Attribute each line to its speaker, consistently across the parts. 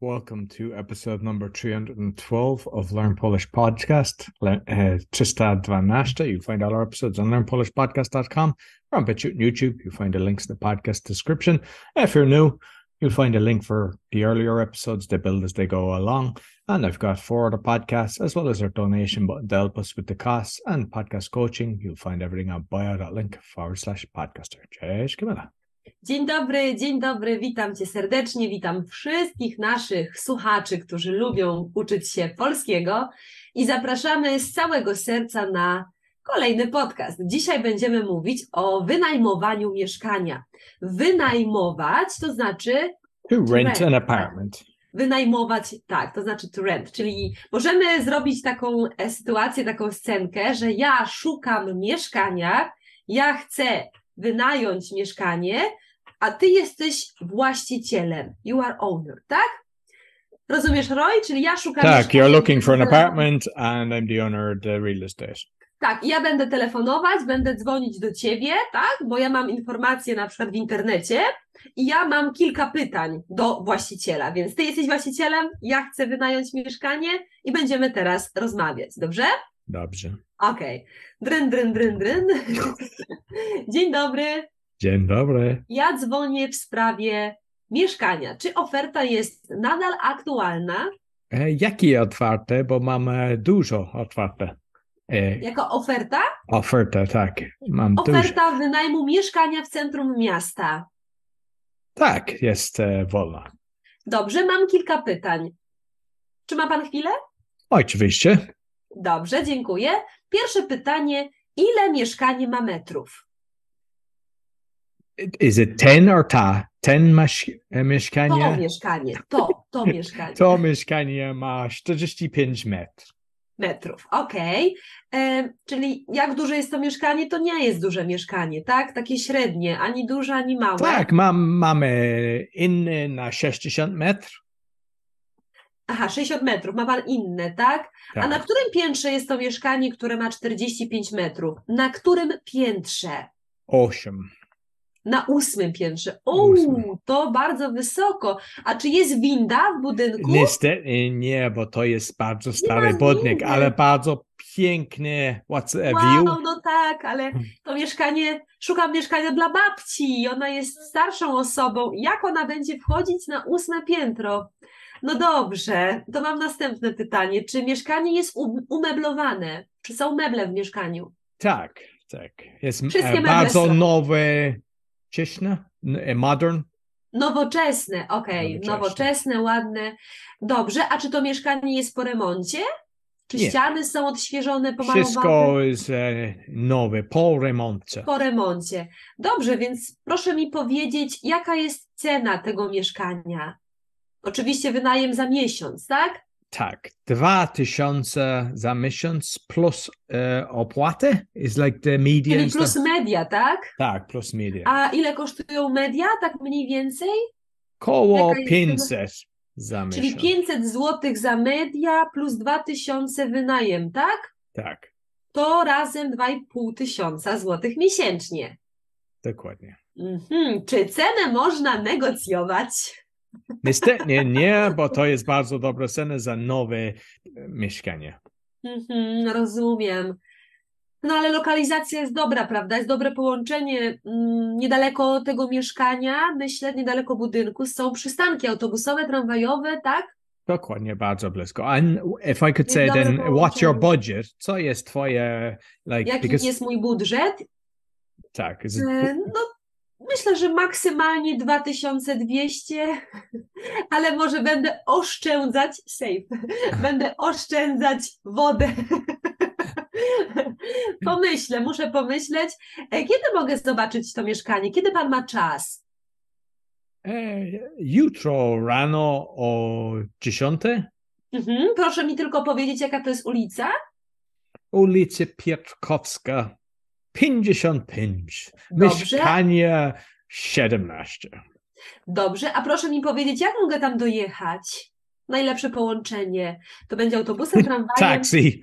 Speaker 1: Welcome to episode number 312 of Learn Polish Podcast, Le- uh, 312. You find all our episodes on learnpolishpodcast.com or on BitChute and YouTube. You'll find the links in the podcast description. If you're new, you'll find a link for the earlier episodes. They build as they go along. And I've got four other podcasts, as well as our donation button to help us with the costs and podcast coaching. You'll find everything on bio.link forward slash podcaster. Cześć, Kamila.
Speaker 2: Dzień dobry, dzień dobry, witam Cię serdecznie, witam wszystkich naszych słuchaczy, którzy lubią uczyć się polskiego i zapraszamy z całego serca na kolejny podcast. Dzisiaj będziemy mówić o wynajmowaniu mieszkania. Wynajmować to znaczy
Speaker 1: To rent
Speaker 2: Cześć.
Speaker 1: an apartment.
Speaker 2: wynajmować, tak, to znaczy to rent, czyli możemy zrobić taką e, sytuację, taką scenkę, że ja szukam mieszkania, ja chcę wynająć mieszkanie, a ty jesteś właścicielem. You are owner, tak? Rozumiesz, Roy? Czyli ja szukam
Speaker 1: Tak, you're looking for an
Speaker 2: Telefon-
Speaker 1: apartment and I'm the owner of the real estate.
Speaker 2: Tak, i ja będę telefonować, będę dzwonić do ciebie, tak? Bo ja mam informacje na przykład w internecie i ja mam kilka pytań do właściciela, więc ty jesteś właścicielem, ja chcę wynająć mieszkanie i będziemy teraz rozmawiać, dobrze?
Speaker 1: Dobrze.
Speaker 2: Okej. Dryn, dryn, dryn, dryn. Dzień dobry.
Speaker 1: Dzień dobry.
Speaker 2: Ja dzwonię w sprawie mieszkania. Czy oferta jest nadal aktualna?
Speaker 1: E, jakie otwarte, bo mam e, dużo otwarte. E,
Speaker 2: Jako oferta?
Speaker 1: ofertę, tak. Mam dużo.
Speaker 2: Oferta wynajmu mieszkania w centrum miasta.
Speaker 1: Tak, jest e, wolna.
Speaker 2: Dobrze, mam kilka pytań. Czy ma Pan chwilę?
Speaker 1: Oczywiście.
Speaker 2: Dobrze, dziękuję. Pierwsze pytanie: ile mieszkanie ma metrów?
Speaker 1: Is it ten or ta? Ten masz, e,
Speaker 2: To
Speaker 1: mieszkanie?
Speaker 2: mieszkanie, to, to mieszkanie.
Speaker 1: To mieszkanie ma 45 metrów.
Speaker 2: Metrów, okej. Em, Czyli jak duże jest to mieszkanie? To nie jest duże mieszkanie, tak? Takie średnie, ani duże, ani małe.
Speaker 1: Tak, mam, mamy inny na 60 metrów.
Speaker 2: Aha, 60 metrów, ma Pan inne, tak? A na
Speaker 1: Tak.
Speaker 2: którym piętrze jest to mieszkanie, które ma 45 metrów? Na którym piętrze?
Speaker 1: 8.
Speaker 2: Na ósmym piętrze. Uuu,
Speaker 1: Ósmym.
Speaker 2: to bardzo wysoko. A czy jest winda w budynku?
Speaker 1: Niestety nie, bo to jest bardzo stary
Speaker 2: ma
Speaker 1: budnik,
Speaker 2: zmiany.
Speaker 1: ale bardzo piękny what's a
Speaker 2: wow,
Speaker 1: view.
Speaker 2: no tak, ale to mieszkanie, szukam mieszkania dla babci i ona jest starszą osobą. Jak ona będzie wchodzić na ósme piętro? No dobrze, to mam następne pytanie. Czy mieszkanie jest um- umeblowane? Czy są meble w mieszkaniu?
Speaker 1: Tak, tak. Jest m-
Speaker 2: Wszystkie
Speaker 1: e,
Speaker 2: meble
Speaker 1: bardzo
Speaker 2: są.
Speaker 1: nowe, cieśne, n- e, modern.
Speaker 2: Nowoczesne, okej,
Speaker 1: Nowoczesne.
Speaker 2: nowoczesne, ładne. Dobrze, a czy to mieszkanie jest po remoncie? Czy
Speaker 1: Nie.
Speaker 2: ściany są odświeżone, pomalowane?
Speaker 1: Wszystko jest e, nowe, po remoncie.
Speaker 2: po remoncie. Dobrze, więc proszę mi powiedzieć, jaka jest cena tego mieszkania? Oczywiście wynajem za miesiąc, tak?
Speaker 1: Tak, dwa tysiące za miesiąc plus e, opłaty is like the median.
Speaker 2: Czyli plus media, tak?
Speaker 1: Tak, plus median.
Speaker 2: A ile kosztują media, tak mniej więcej?
Speaker 1: Koło
Speaker 2: jaka jest-
Speaker 1: 500 za miesiąc.
Speaker 2: Czyli 500 zł za media plus 2000 wynajem, tak?
Speaker 1: Tak,
Speaker 2: To razem 2,5 tysiąca złotych miesięcznie.
Speaker 1: dokładnie.
Speaker 2: Mhm. Czy cenę można negocjować?
Speaker 1: Niestety nie, bo to jest bardzo dobra cena za nowe e, mieszkanie.
Speaker 2: Mhm, rozumiem. No ale lokalizacja jest dobra, prawda? Jest dobre połączenie. mm, Niedaleko tego mieszkania, myślę, niedaleko budynku są przystanki autobusowe, tramwajowe, tak?
Speaker 1: Dokładnie, bardzo blisko. And if I could say
Speaker 2: Dobre
Speaker 1: then, what's your
Speaker 2: połączenie.
Speaker 1: budget? Co jest twoje, like,
Speaker 2: Jaki
Speaker 1: because,
Speaker 2: jest mój budżet?
Speaker 1: tak, is it-
Speaker 2: E, No, myślę, że maksymalnie 2200, ale może będę oszczędzać safe. Będę oszczędzać wodę. Pomyślę, muszę pomyśleć. E, Kiedy mogę zobaczyć to mieszkanie? Kiedy pan ma czas?
Speaker 1: e, jutro rano o 10
Speaker 2: Mhm. Proszę mi tylko powiedzieć, jaka to jest ulica.
Speaker 1: ulicy Pietrzkowska 55,
Speaker 2: Dobrze.
Speaker 1: mieszkanie 17.
Speaker 2: Dobrze, a proszę mi powiedzieć, jak mogę tam dojechać? Najlepsze połączenie. To będzie autobusem, tramwajem,
Speaker 1: Taxi.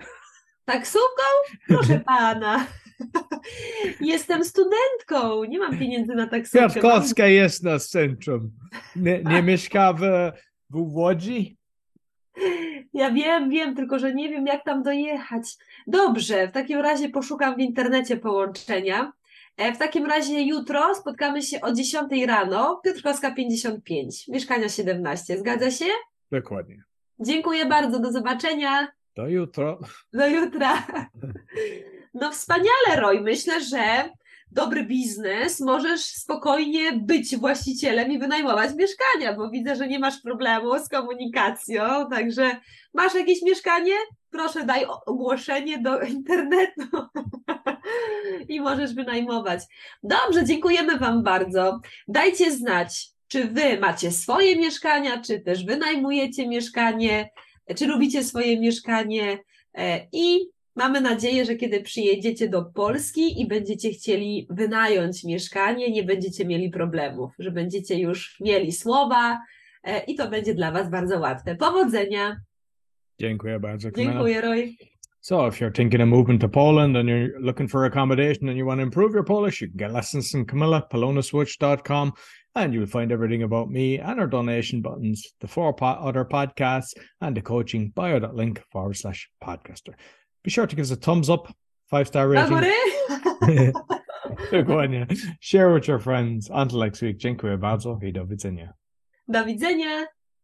Speaker 2: taksówką? Proszę pana. Jestem studentką, no- nie mam pieniędzy na taksówkę.
Speaker 1: Piotrkowska jest na centrum. Nie, nie mieszka w w Łodzi?
Speaker 2: Ja wiem, wiem, tylko że nie wiem, jak tam dojechać. Dobrze, w takim razie poszukam w internecie połączenia. E, W takim razie jutro spotkamy się o 10 rano, Piotrkowska 55, mieszkania 17. Zgadza się?
Speaker 1: Dokładnie.
Speaker 2: Dziękuję bardzo, do zobaczenia.
Speaker 1: Do jutro.
Speaker 2: Do jutra. No wspaniale, Roy. Myślę, że dobry biznes, możesz spokojnie być właścicielem i wynajmować mieszkania, bo widzę, że nie masz problemu z komunikacją. Także masz jakieś mieszkanie? Proszę, daj o- ogłoszenie do internetu i możesz wynajmować. Dobrze, dziękujemy Wam bardzo. Dajcie znać, czy Wy macie swoje mieszkania, czy też wynajmujecie mieszkanie, czy lubicie swoje mieszkanie. E, I mamy nadzieję, że kiedy przyjedziecie do Polski i będziecie chcieli wynająć mieszkanie, nie będziecie mieli problemów, że będziecie już mieli słowa e, i to będzie dla Was bardzo łatwe. Powodzenia!
Speaker 1: Dziękuję bardzo. Kamila.
Speaker 2: Dziękuję, Roy.
Speaker 1: So, if you're thinking of moving to Poland and you're looking for accommodation and you want to improve your Polish, you can get lessons from Camilla, polonaswitch.com, and you'll find everything about me and our donation buttons, the four po- other podcasts, and the coaching bio.link forward slash podcaster. Be sure to give us a thumbs up, five star
Speaker 2: Do
Speaker 1: rating.
Speaker 2: góry!
Speaker 1: Go on, oh, yeah. Share with your friends. Until next week, dziękuję bardzo i do widzenia.
Speaker 2: Do widzenia!